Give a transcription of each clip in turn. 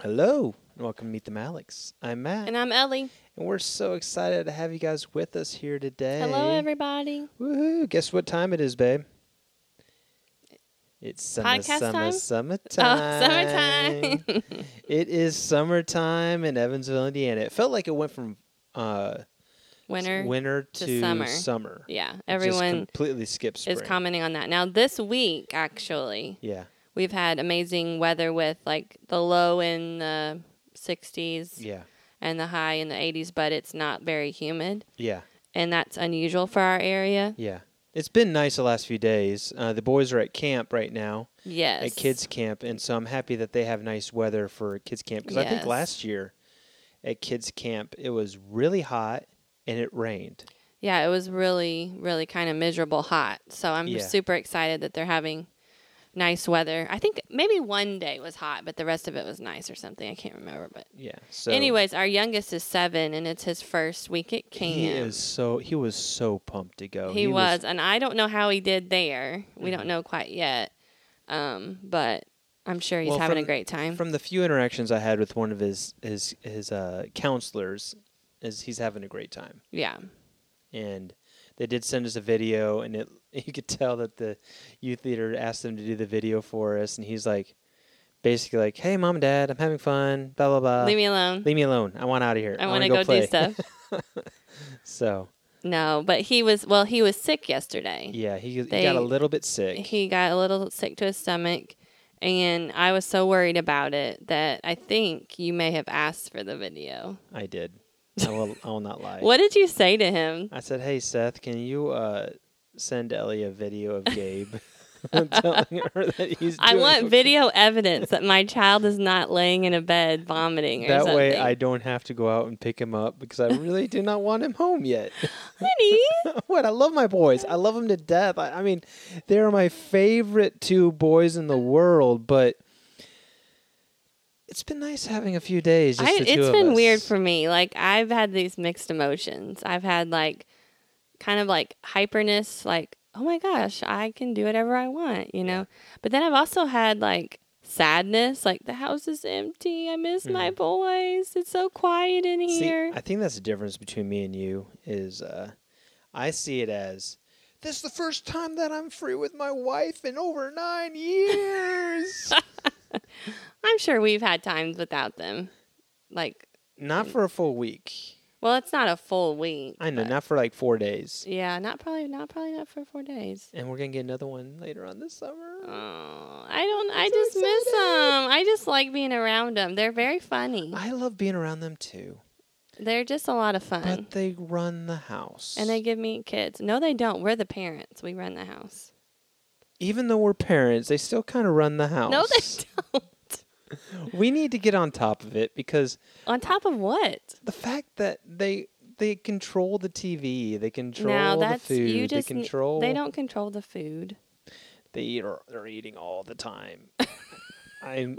Hello, and welcome to Meet the Malics. I'm Matt, And I'm Ellie. and we're so excited to have you guys with us here today. Hello, everybody. Woohoo! Guess what time it is, babe? It's summer, Podcast summer, time? summertime. Oh, summertime. it is summertime in Evansville, Indiana. It felt like it went from uh, Winter. winter to to, summer. summer. It Yeah, just everyone completely skips is commenting on that. Now, this week, actually, Yeah, we've had amazing weather with like the low in the 60s yeah, and the high in the 80s, but it's not very humid. yeah. And that's unusual for our area. Yeah. It's been nice the last few days. Uh, the boys are at camp right now, Yes. at kids camp, and so I'm happy that they have nice weather for kids camp because I think Yes. last year at kids camp it was really hot and it rained. Yeah, it was really, really kind of miserable hot. So I'm Yeah. super excited that they're having nice weather. I think maybe one day was hot, but the rest of it was nice or something. I can't remember, but Yeah. So Anyways, our youngest is seven, and it's his first week at camp. he is so he was so pumped to go. He was, and I don't know how he did there. We Mm-hmm. don't know quite yet, um, but I'm sure he's Well, having a from- great time. From the few interactions I had with one of his his his uh, counselors, is he's having a great time. yeah, and they did send us a video and it you could tell that the youth leader asked them to do the video for us and he's like basically like hey mom and dad i'm having fun blah blah blah leave me alone. uh, Leave me alone i want out of here I want to go, play. do stuff. so no, but he was well. He was sick yesterday. yeah he, he They- got a little bit sick He got a little sick to his stomach, and I was so worried about it that I think you may have asked for the video. i did I will, I will not lie What did you say to him? i said hey seth can you uh, send ellie a video of gabe telling her that he's I doing want video evidence that my child is not laying in a bed vomiting or that something. way i don't have to go out and pick him up because i really do not want him home yet Honey, what? I love my boys. I love them to death. I, I mean, they're my favorite two boys in the world, but it's been nice having a few days. Just I, the two it's of been us. weird for me. Like I've had these mixed emotions. I've had like kind of like hyperness, like oh my gosh, I can do whatever I want, you know. But then I've also had like sadness, like the house is empty. I miss my boys. It's so quiet in Mm. See, here. I think that's the difference between me and you is uh, I see it as this is the first time that I'm free with my wife in over nine years. I'm sure we've had times without them. Like, not for a full week. well, it's not a full week. I know, but- not for like four days. Yeah, not probably not probably not for four days. And we're gonna get another one later on this summer. Oh, I don't. I so just miss excited. them. I just like being around them. They're very funny. I love being around them too. They're just a lot of fun, But they run the house. uh, and they give me kids. No, they don't. We're the parents. We run the house. even though we're parents, they still kind of run the house. No, they don't. We need to get on top of it because On top of what? the fact that they they control the TV, they control now that's the food, you just. they n- control They don't control the food. they eat or they're eating all the time. I'm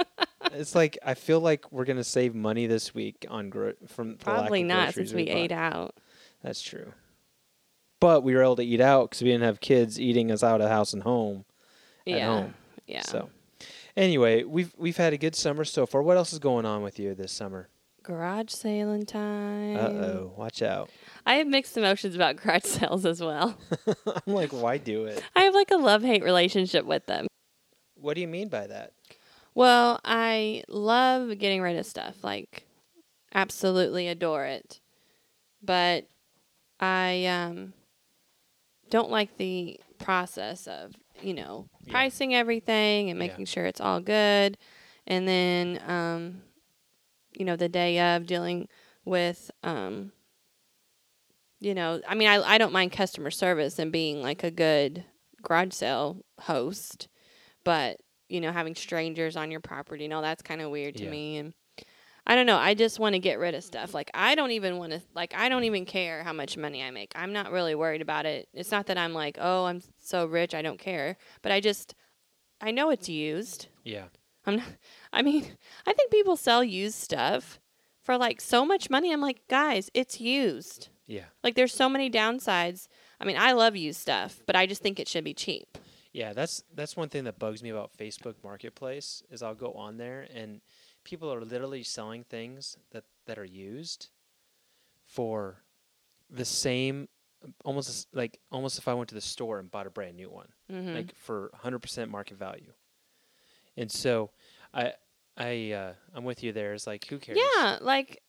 it's like I feel like we're gonna save money this week on gro- from the lack of Probably not groceries since we ate bought. out. That's true. But we were able to eat out because we didn't have kids eating us out of house and home. At yeah. home. Yeah. So, anyway, we've we've had a good summer so far. What else is going on with you this summer? Garage sailing time. Uh oh, watch out! I have mixed emotions about garage sales as well. I'm like, why do it? I have like a love hate relationship with them. What do you mean by that? Well, I love getting rid of stuff. Like, absolutely adore it. But I um, don't like the process of, you know, Yeah. pricing everything and Yeah. making sure it's all good. And then, um, you know, the day of dealing with, um, you know, I mean, I, I don't mind customer service and being like a good garage sale host, but you know, having strangers on your property and all that's kind of weird to Yeah. me. And I don't know. I just want to get rid of stuff. Like I don't even want to. Like I don't even care how much money I make. I'm not really worried about it. It's not that I'm like, oh, I'm so rich. I don't care. But I just, I know it's used. Yeah, I'm not, I mean, I think people sell used stuff for like so much money. I'm like, guys, it's used. yeah, Like there's so many downsides. I mean, I love used stuff, but I just think it should be cheap. yeah. That's that's one thing that bugs me about Facebook Marketplace is I'll go on there and people are literally selling things that that are used for the same almost as- like almost if I went to the store and bought a brand new one Mm-hmm. like for 100% market value. And so I I uh, I'm with you there. It's like who cares? yeah, like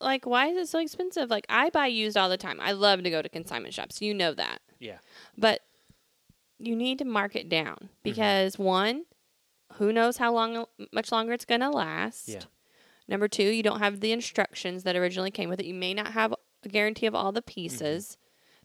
like why is it so expensive? Like I buy used all the time. I love to go to consignment shops. You know that. Yeah. Mm-hmm. But you need to mark it down because one, who knows how long much longer it's going to last. Yeah. Number 2, you don't have the instructions that originally came with it. You may not have a guarantee of all the pieces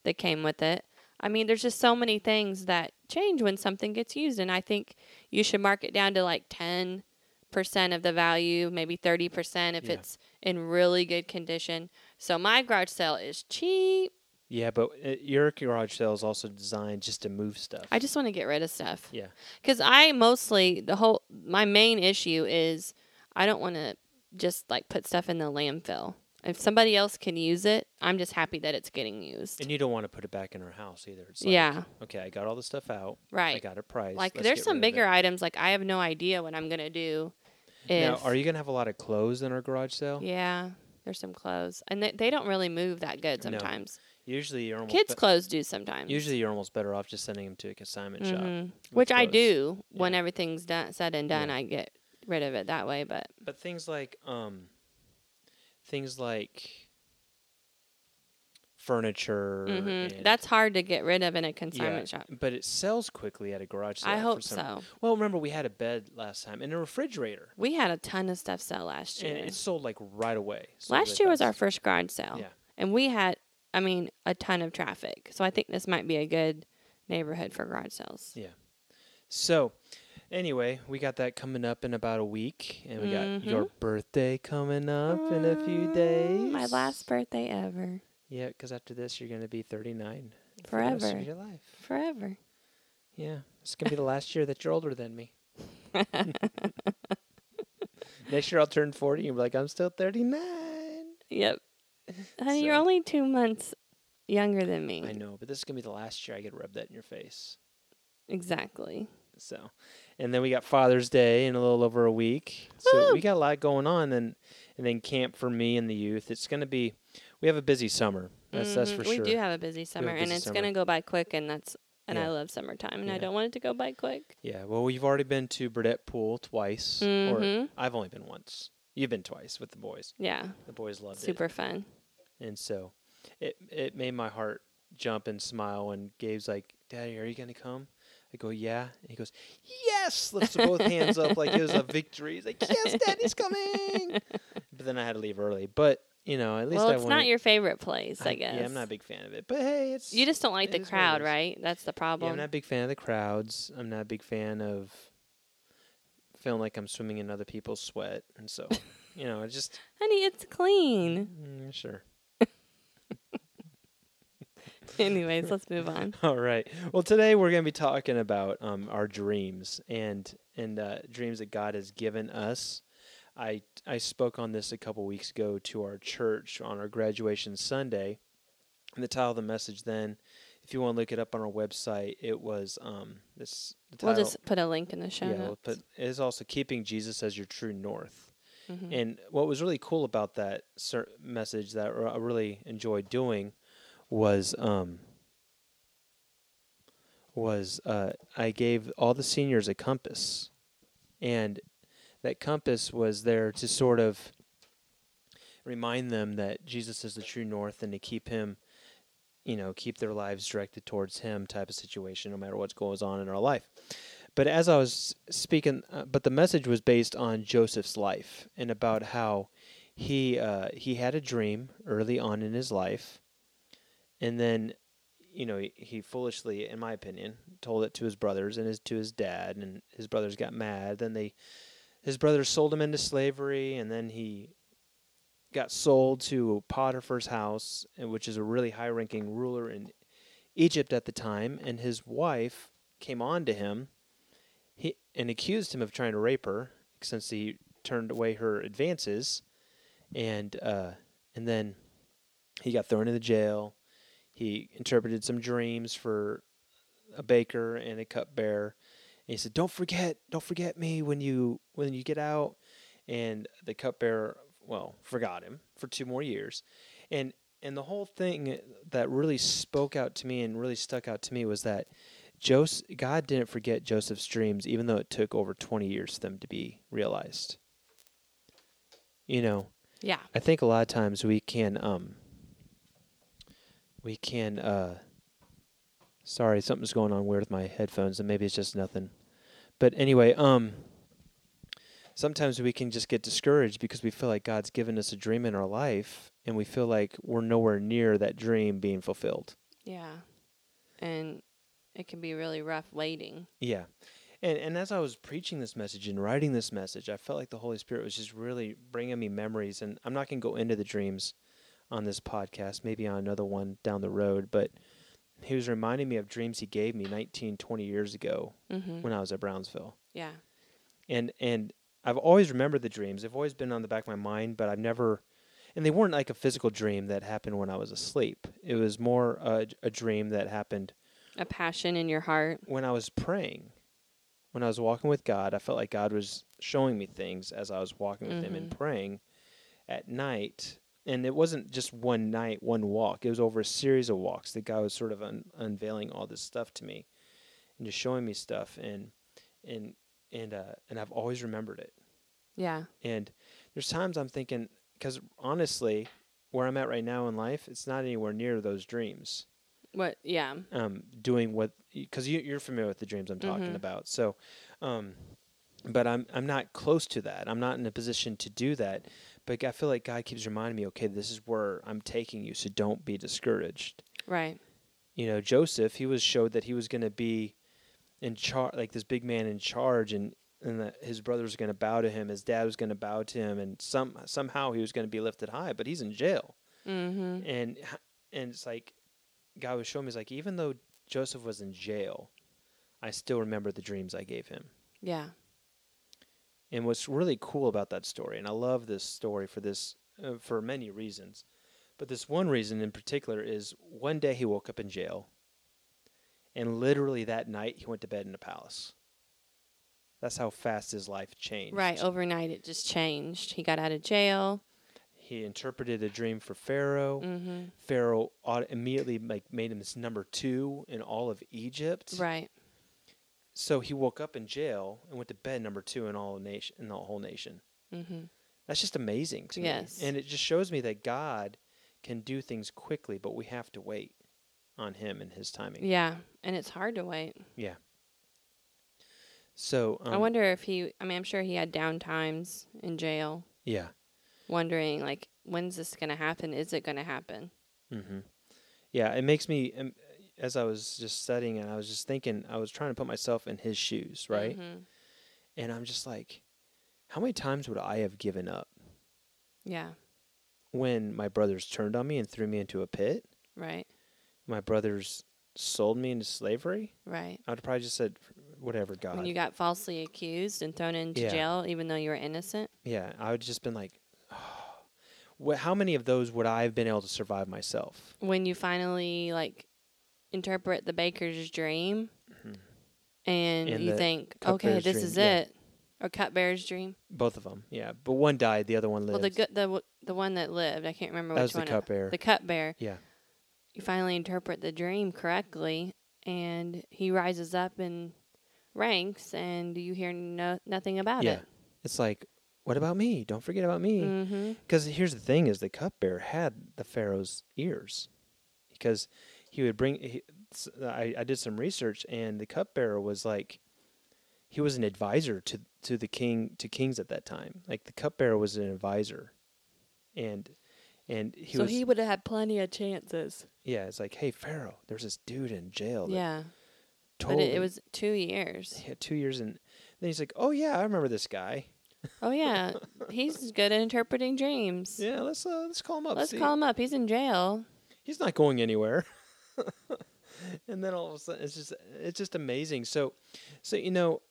that came with it. I mean, there's just so many things that change when something gets used and I think you should mark it down to like 10 percent of the value, maybe 30% if Yeah. it's in really good condition. So my garage sale is cheap. Yeah, but uh, your garage sale is also designed just to move stuff. I just want to get rid of stuff. yeah. Cuz I mostly the whole my main issue is I don't want to just like put stuff in the landfill. If somebody else can use it, I'm just happy that it's getting used. And you don't want to put it back in our house either. It's like, yeah, Okay, I got all the stuff out. I right. got a price. Like let's there's get some rid of it. bigger items like I have no idea what I'm going to do. If, Now, are you gonna have a lot of clothes in our garage sale? Yeah, there's some clothes. And they, they don't really move that good No. sometimes. Usually, you're almost Kids' be- clothes do sometimes. usually you're almost better off just sending them to a consignment shop. Mhm. with which I clothes. do when Yeah. everything's done, said and done. Yeah. I get rid of it that way, but But things like um, things like furniture. Mhm. and- that's hard to get rid of in a yeah, consignment shop. But it sells quickly at a garage sale. I for hope some- so. Well, remember we had a bed last time and a refrigerator, We had a ton of stuff sell last and year. it sold like right away. so Last really year was our fast. first garage sale, Yeah. and we had, I mean, a ton of traffic. So I think this might be a good neighborhood for garage sales. So, anyway, we got that coming up in about a week, and we Mm-hmm. got your birthday coming up in a few Mm, days. My last birthday ever, Yeah, because after this, you're going to be 39 for the rest of forever, your life. forever. Yeah, it's gonna be the last year that you're older than me. Next year I'll turn 40 and be like, I'm still 39. Yep. Honey, you're So- only two months younger than me. I know, but this is gonna be the last year I get to rub that in your face. Exactly. So, and then we got Father's Day in a little over a week. So Woo! we got a lot going on, and and then camp for me and the youth. It's gonna be, we have a busy summer. That's that's Mhm. for we sure. do have a busy summer, and busy it's summer. gonna go by quick, and that's and I Yeah. love summertime, and I Yeah. don't want it to go by quick. yeah. Well, we've already been to Burdett Pool twice, or Mhm. I've only been once. You've been twice with the boys. Yeah, The boys loved it. super fun. And so it it made my heart jump and smile when Gabe's like, Daddy, are you gonna come? I go, Yeah. And he goes, Yes, lifts both hands up like it was a victory. He's like, Yes, Daddy's coming But then I had to leave early. But you know, at least Well, I it's wanted- not your favorite place, I, guess. Yeah, I'm not a big fan of it. But hey, it's You just don't like it the is what it crowd, is. right? That's the yeah, problem. I'm not a big fan of the crowds. I'm not a big fan of feeling like I'm swimming in other people's sweat and so you know, it just Honey, it's clean. mm, sure. Anyways, let's move on. All right. Well, today we're going to be talking about um, our dreams and and uh, dreams that God has given us. I I spoke on this a couple weeks ago to our church on our graduation Sunday. And the title of the message then, if you want to look it up on our website, it was um this the We'll title. just put a link in the show yeah, notes. we'll put, it is also keeping Jesus as your true north. Mhm. And what was really cool about that cer- message that r- I really enjoyed doing was um, was uh, I gave all the seniors a compass, and that compass was there to sort of remind them that Jesus is the true north and to keep him, you know, keep their lives directed towards him type of situation, no matter what goes on in our life. But as I was speaking, uh, but the message was based on Joseph's life and about how he uh, he had a dream early on in his life, and then you know he, he foolishly, in my opinion, told it to his brothers and his to his dad, and his brothers got mad. Then they his brothers sold him into slavery, and then he got sold to Potiphar's house, and- which is a really high-ranking ruler in Egypt at the time, and his wife came on to him he and accused him of trying to rape her since he turned away her advances and uh, and then he got thrown into jail he interpreted some dreams for a baker and a cupbearer and he said don't forget don't forget me when you when you get out and the cupbearer, well, forgot him for two more years, and and the whole thing that really spoke out to me and really stuck out to me was that Joseph, God didn't forget Joseph's dreams, even though it took over twenty years for them to be realized. You know, Yeah. I think a lot of times we can um we can uh sorry, something's going on weird with my headphones and maybe it's just nothing. But anyway, um sometimes we can just get discouraged because we feel like God's given us a dream in our life and we feel like we're nowhere near that dream being fulfilled. Yeah. And it can be really rough waiting. Yeah. And and as I was preaching this message and writing this message, I felt like the Holy Spirit was just really bringing me memories and I'm not going to go into the dreams on this podcast, maybe on another one down the road, but he was reminding me of dreams he gave me 19, 20 years ago Mm-hmm. when I was at Brownsville. Yeah. And and I've always remembered the dreams. They've always been on the back of my mind, but I've never and they weren't like a physical dream that happened when I was asleep. It was more a, a dream that happened A passion in your heart. when I was praying, when I was walking with God, I felt like God was showing me things as I was walking with Him and praying at night. And it wasn't just one night, one walk. It was over a series of walks that God was sort of un- unveiling all this stuff to me, and just showing me stuff. And and and uh, and I've always remembered it. Yeah. And there's times I'm thinking, because honestly, where I'm at right now in life, it's not anywhere near those dreams What? Yeah. um, doing what because you, you're familiar with the dreams I'm talking Mhm. about. So, um, but I'm I'm not close to that. I'm not in a position to do that. But I feel like God keeps reminding me, okay, this is where I'm taking you. So don't be discouraged. Right. You know, Joseph, he was showed that he was going to be in charge, like this big man in charge, and and that his brothers were going to bow to him, his dad was going to bow to him, and some somehow he was going to be lifted high. But he's in jail Mm-hmm. and h- and it's like God was showing me is like even though Joseph was in jail, I still remember the dreams I gave him. Yeah. And what's really cool about that story, and I love this story for this uh, for many reasons, but this one reason in particular is one day he woke up in jail, and literally that night he went to bed in a palace. That's how fast his life changed. Right. oh. Overnight, it just changed. He got out of jail. He interpreted a dream for Pharaoh. Mm-hmm. Pharaoh au- immediately like made him this number two in all of Egypt. Right. So he woke up in jail and went to bed number two in all nation in the whole nation. Mm-hmm. That's just amazing to Yes. me. And it just shows me that God can do things quickly, but we have to wait on him and his timing. Yeah. And it's hard to wait. Yeah. So um, I wonder if he. I mean, I'm sure he had down times in jail, Yeah. wondering like, when's this gonna happen? Is it gonna happen? Mm-hmm. Yeah. It makes me um, as I was just studying and I was just thinking I was trying to put myself in his shoes, right? Mhm. And I'm just like, how many times would I have given up Yeah. when my brothers turned on me and threw me into a pit? Right. my brothers sold me into slavery, Right. I would have probably just said, whatever, God. When you got falsely accused and thrown into Yeah. jail, even though you were innocent. yeah, I would have just been like, oh. how many of those would I have been able to survive myself? when you finally like interpret the baker's dream and, Mm-hmm. And you the think okay cupbearer's this dream, is yeah. it or cupbearer's dream Both of them, yeah. But one died, the other one lived. well the good the w- the one that lived i can't remember That which was the one it- cupbearer. the cupbearer yeah, you finally interpret the dream correctly and he rises up in ranks and you hear no nothing about yeah. it It's like, what about me? Don't forget about me. mhm Because here's the thing: is the cupbearer had the Pharaoh's ears, because he would bring. He, s- I, I did some research, and the cupbearer was like he was an advisor to to the king to kings at that time. Like the cupbearer was an advisor, and and he so was he would have had plenty of chances yeah. It's like hey Pharaoh, there's this dude in jail. That yeah told but it, it me-" was two years he had two years, and then he's like, oh yeah, I remember this guy. oh yeah he's good at interpreting dreams Yeah, let's uh, let's call him up. let's see- call him up he's in jail He's not going anywhere. and then all of a sudden, it's just it's just amazing. So so you know.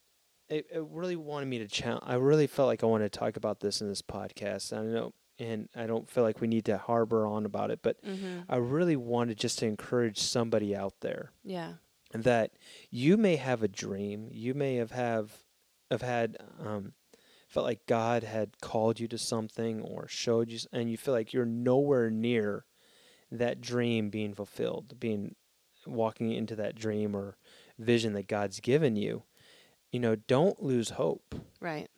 It, it really wanted me to challenge. I really felt like I wanted to talk about this in this podcast. I know, and I don't feel like we need to harbor on about it, but mm-hmm I really wanted just to encourage somebody out there Yeah. that you may have a dream, you may have have, have had um, felt like God had called you to something or showed you, s- and you feel like you're nowhere near that dream being fulfilled, being walking into that dream or vision that God's given you, you know, don't lose hope. Right.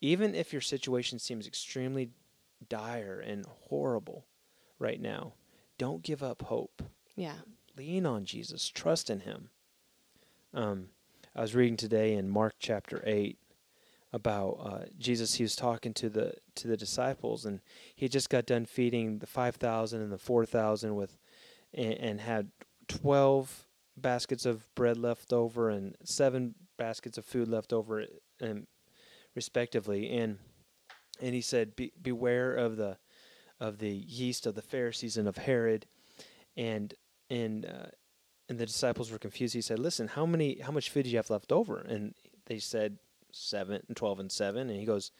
Even if your situation seems extremely dire and horrible right now, don't give up hope Yeah. lean on Jesus, trust in Him. Um, I was reading today in Mark chapter eight about uh, Jesus. He was talking to the to the disciples, and he just got done feeding the five thousand and the four thousand with, and, and had twelve baskets of bread left over and seven baskets of food left over, and respectively, and and he said, Be, "Beware of the of the yeast of the Pharisees and of Herod," and and uh, and the disciples were confused. He said, "Listen, how many how much food do you have left over?" And they said, seven and twelve and seven." And he goes,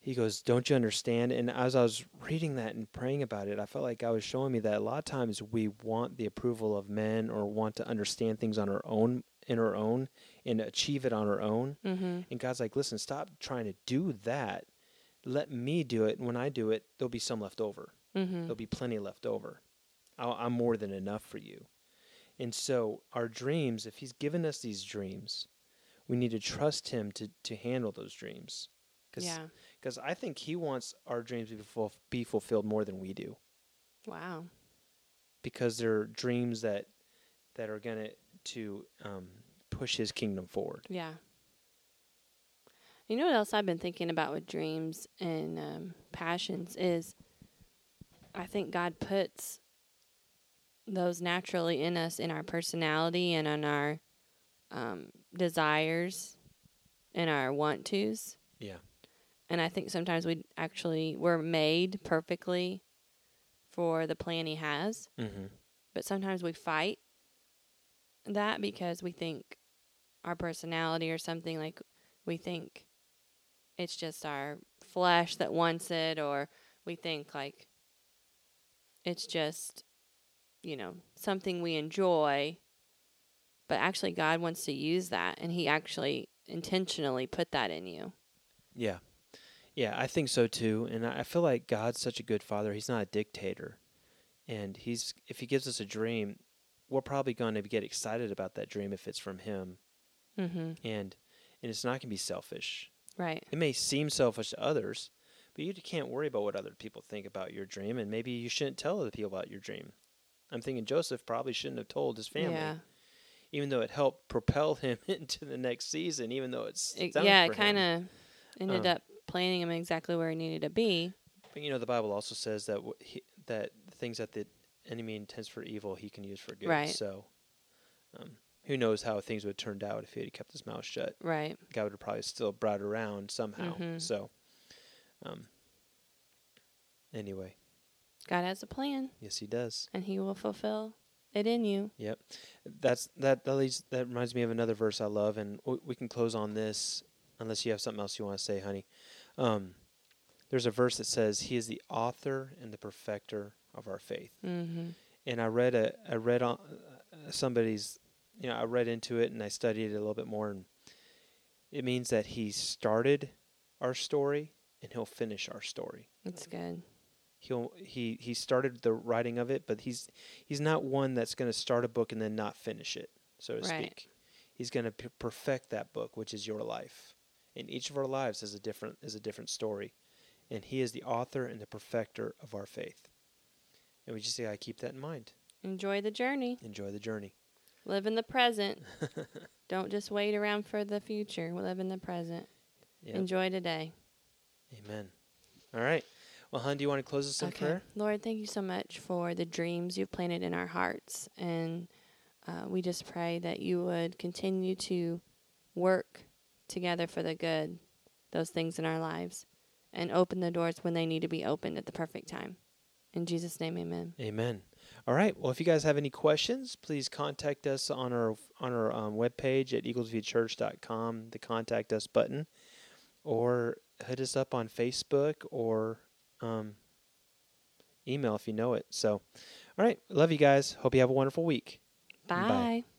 he goes, "Don't you understand?" And as I was reading that and praying about it, I felt like I was showing me that a lot of times we want the approval of men or want to understand things on our own in our own and achieve it on our own. Mm-hmm. And God's like, "Listen, stop trying to do that. Let me do it. And when I do it, there'll be some left over." Mm-hmm. there'll be plenty left over. I'll, I'm more than enough for you. And so, our dreams, if He's given us these dreams, we need to trust Him to, to handle those dreams. Yeah. Because I think He wants our dreams to be, ful- be fulfilled more than we do. Wow. Because they're dreams that, that are going to um, push His kingdom forward. Yeah. You know what else I've been thinking about with dreams and um, passions is I think God puts those naturally in us in our personality and in our um, desires and our want tos. Yeah. And I think sometimes we actually we're made perfectly for the plan He has. Mm-hmm. but sometimes we fight that because we think our personality or something like we think it's just our flesh that wants it or we think like it's just you know something we enjoy but actually God wants to use that and he actually intentionally put that in you Yeah. Yeah, I think so too. And I I feel like God's such a good father. He's not a dictator. And he's if he gives us a dream, we're probably going to get excited about that dream if it's from him. mhm And and it's not going to be selfish. right It may seem selfish to others, but you can't worry about what other people think about your dream and maybe you shouldn't tell other people about your dream. I'm thinking Joseph probably shouldn't have told his family. yeah Even though it helped propel him into the next season, even though it's it, yeah it kind kind of ended Um, up planting him exactly where he needed to be But you know, the Bible also says that wh- he, that the things that the enemy intends for evil, he can use for good. Right. So, um, who knows how things would have turned out if he had kept his mouth shut? right God would have probably still brought it around somehow. Mhm. So, um, anyway, God has a plan yes, he does. and he will fulfill it in you. Yep, that's that. That leads. That reminds me of another verse I love, and w- we can close on this, unless you have something else you want to say, honey. Um, there's a verse that says, "He is the author and the perfecter of our faith." Mm-hmm. and I read a I read on uh, somebody's you know I read into it and I studied it a little bit more and it means that he started our story and he'll finish our story. That's good. He'll he he started the writing of it, but he's he's not one that's going to start a book and then not finish it, so to Right. speak. He's going to p- perfect that book, which is your life. And each of our lives is a different is a different story, and he is the author and the perfecter of our faith. And we just got to keep that in mind. Enjoy the journey. Enjoy the journey. Live in the present. Don't just wait around for the future. Live in the present. Yep. Enjoy today. Amen. All right. Well, hon, do you want to close us in prayer? Lord, thank you so much for the dreams you've planted in our hearts. And uh, we just pray that you would continue to work together for the good, those things in our lives, and open the doors when they need to be opened at the perfect time. In Jesus' name, amen. Amen. All right. Well, if you guys have any questions, please contact us on our on our um, webpage at eaglesviewchurch.com, the contact us button, or hit us up on Facebook or um, email if you know it. So, all right. Love you guys. Hope you have a wonderful week. Bye. Bye.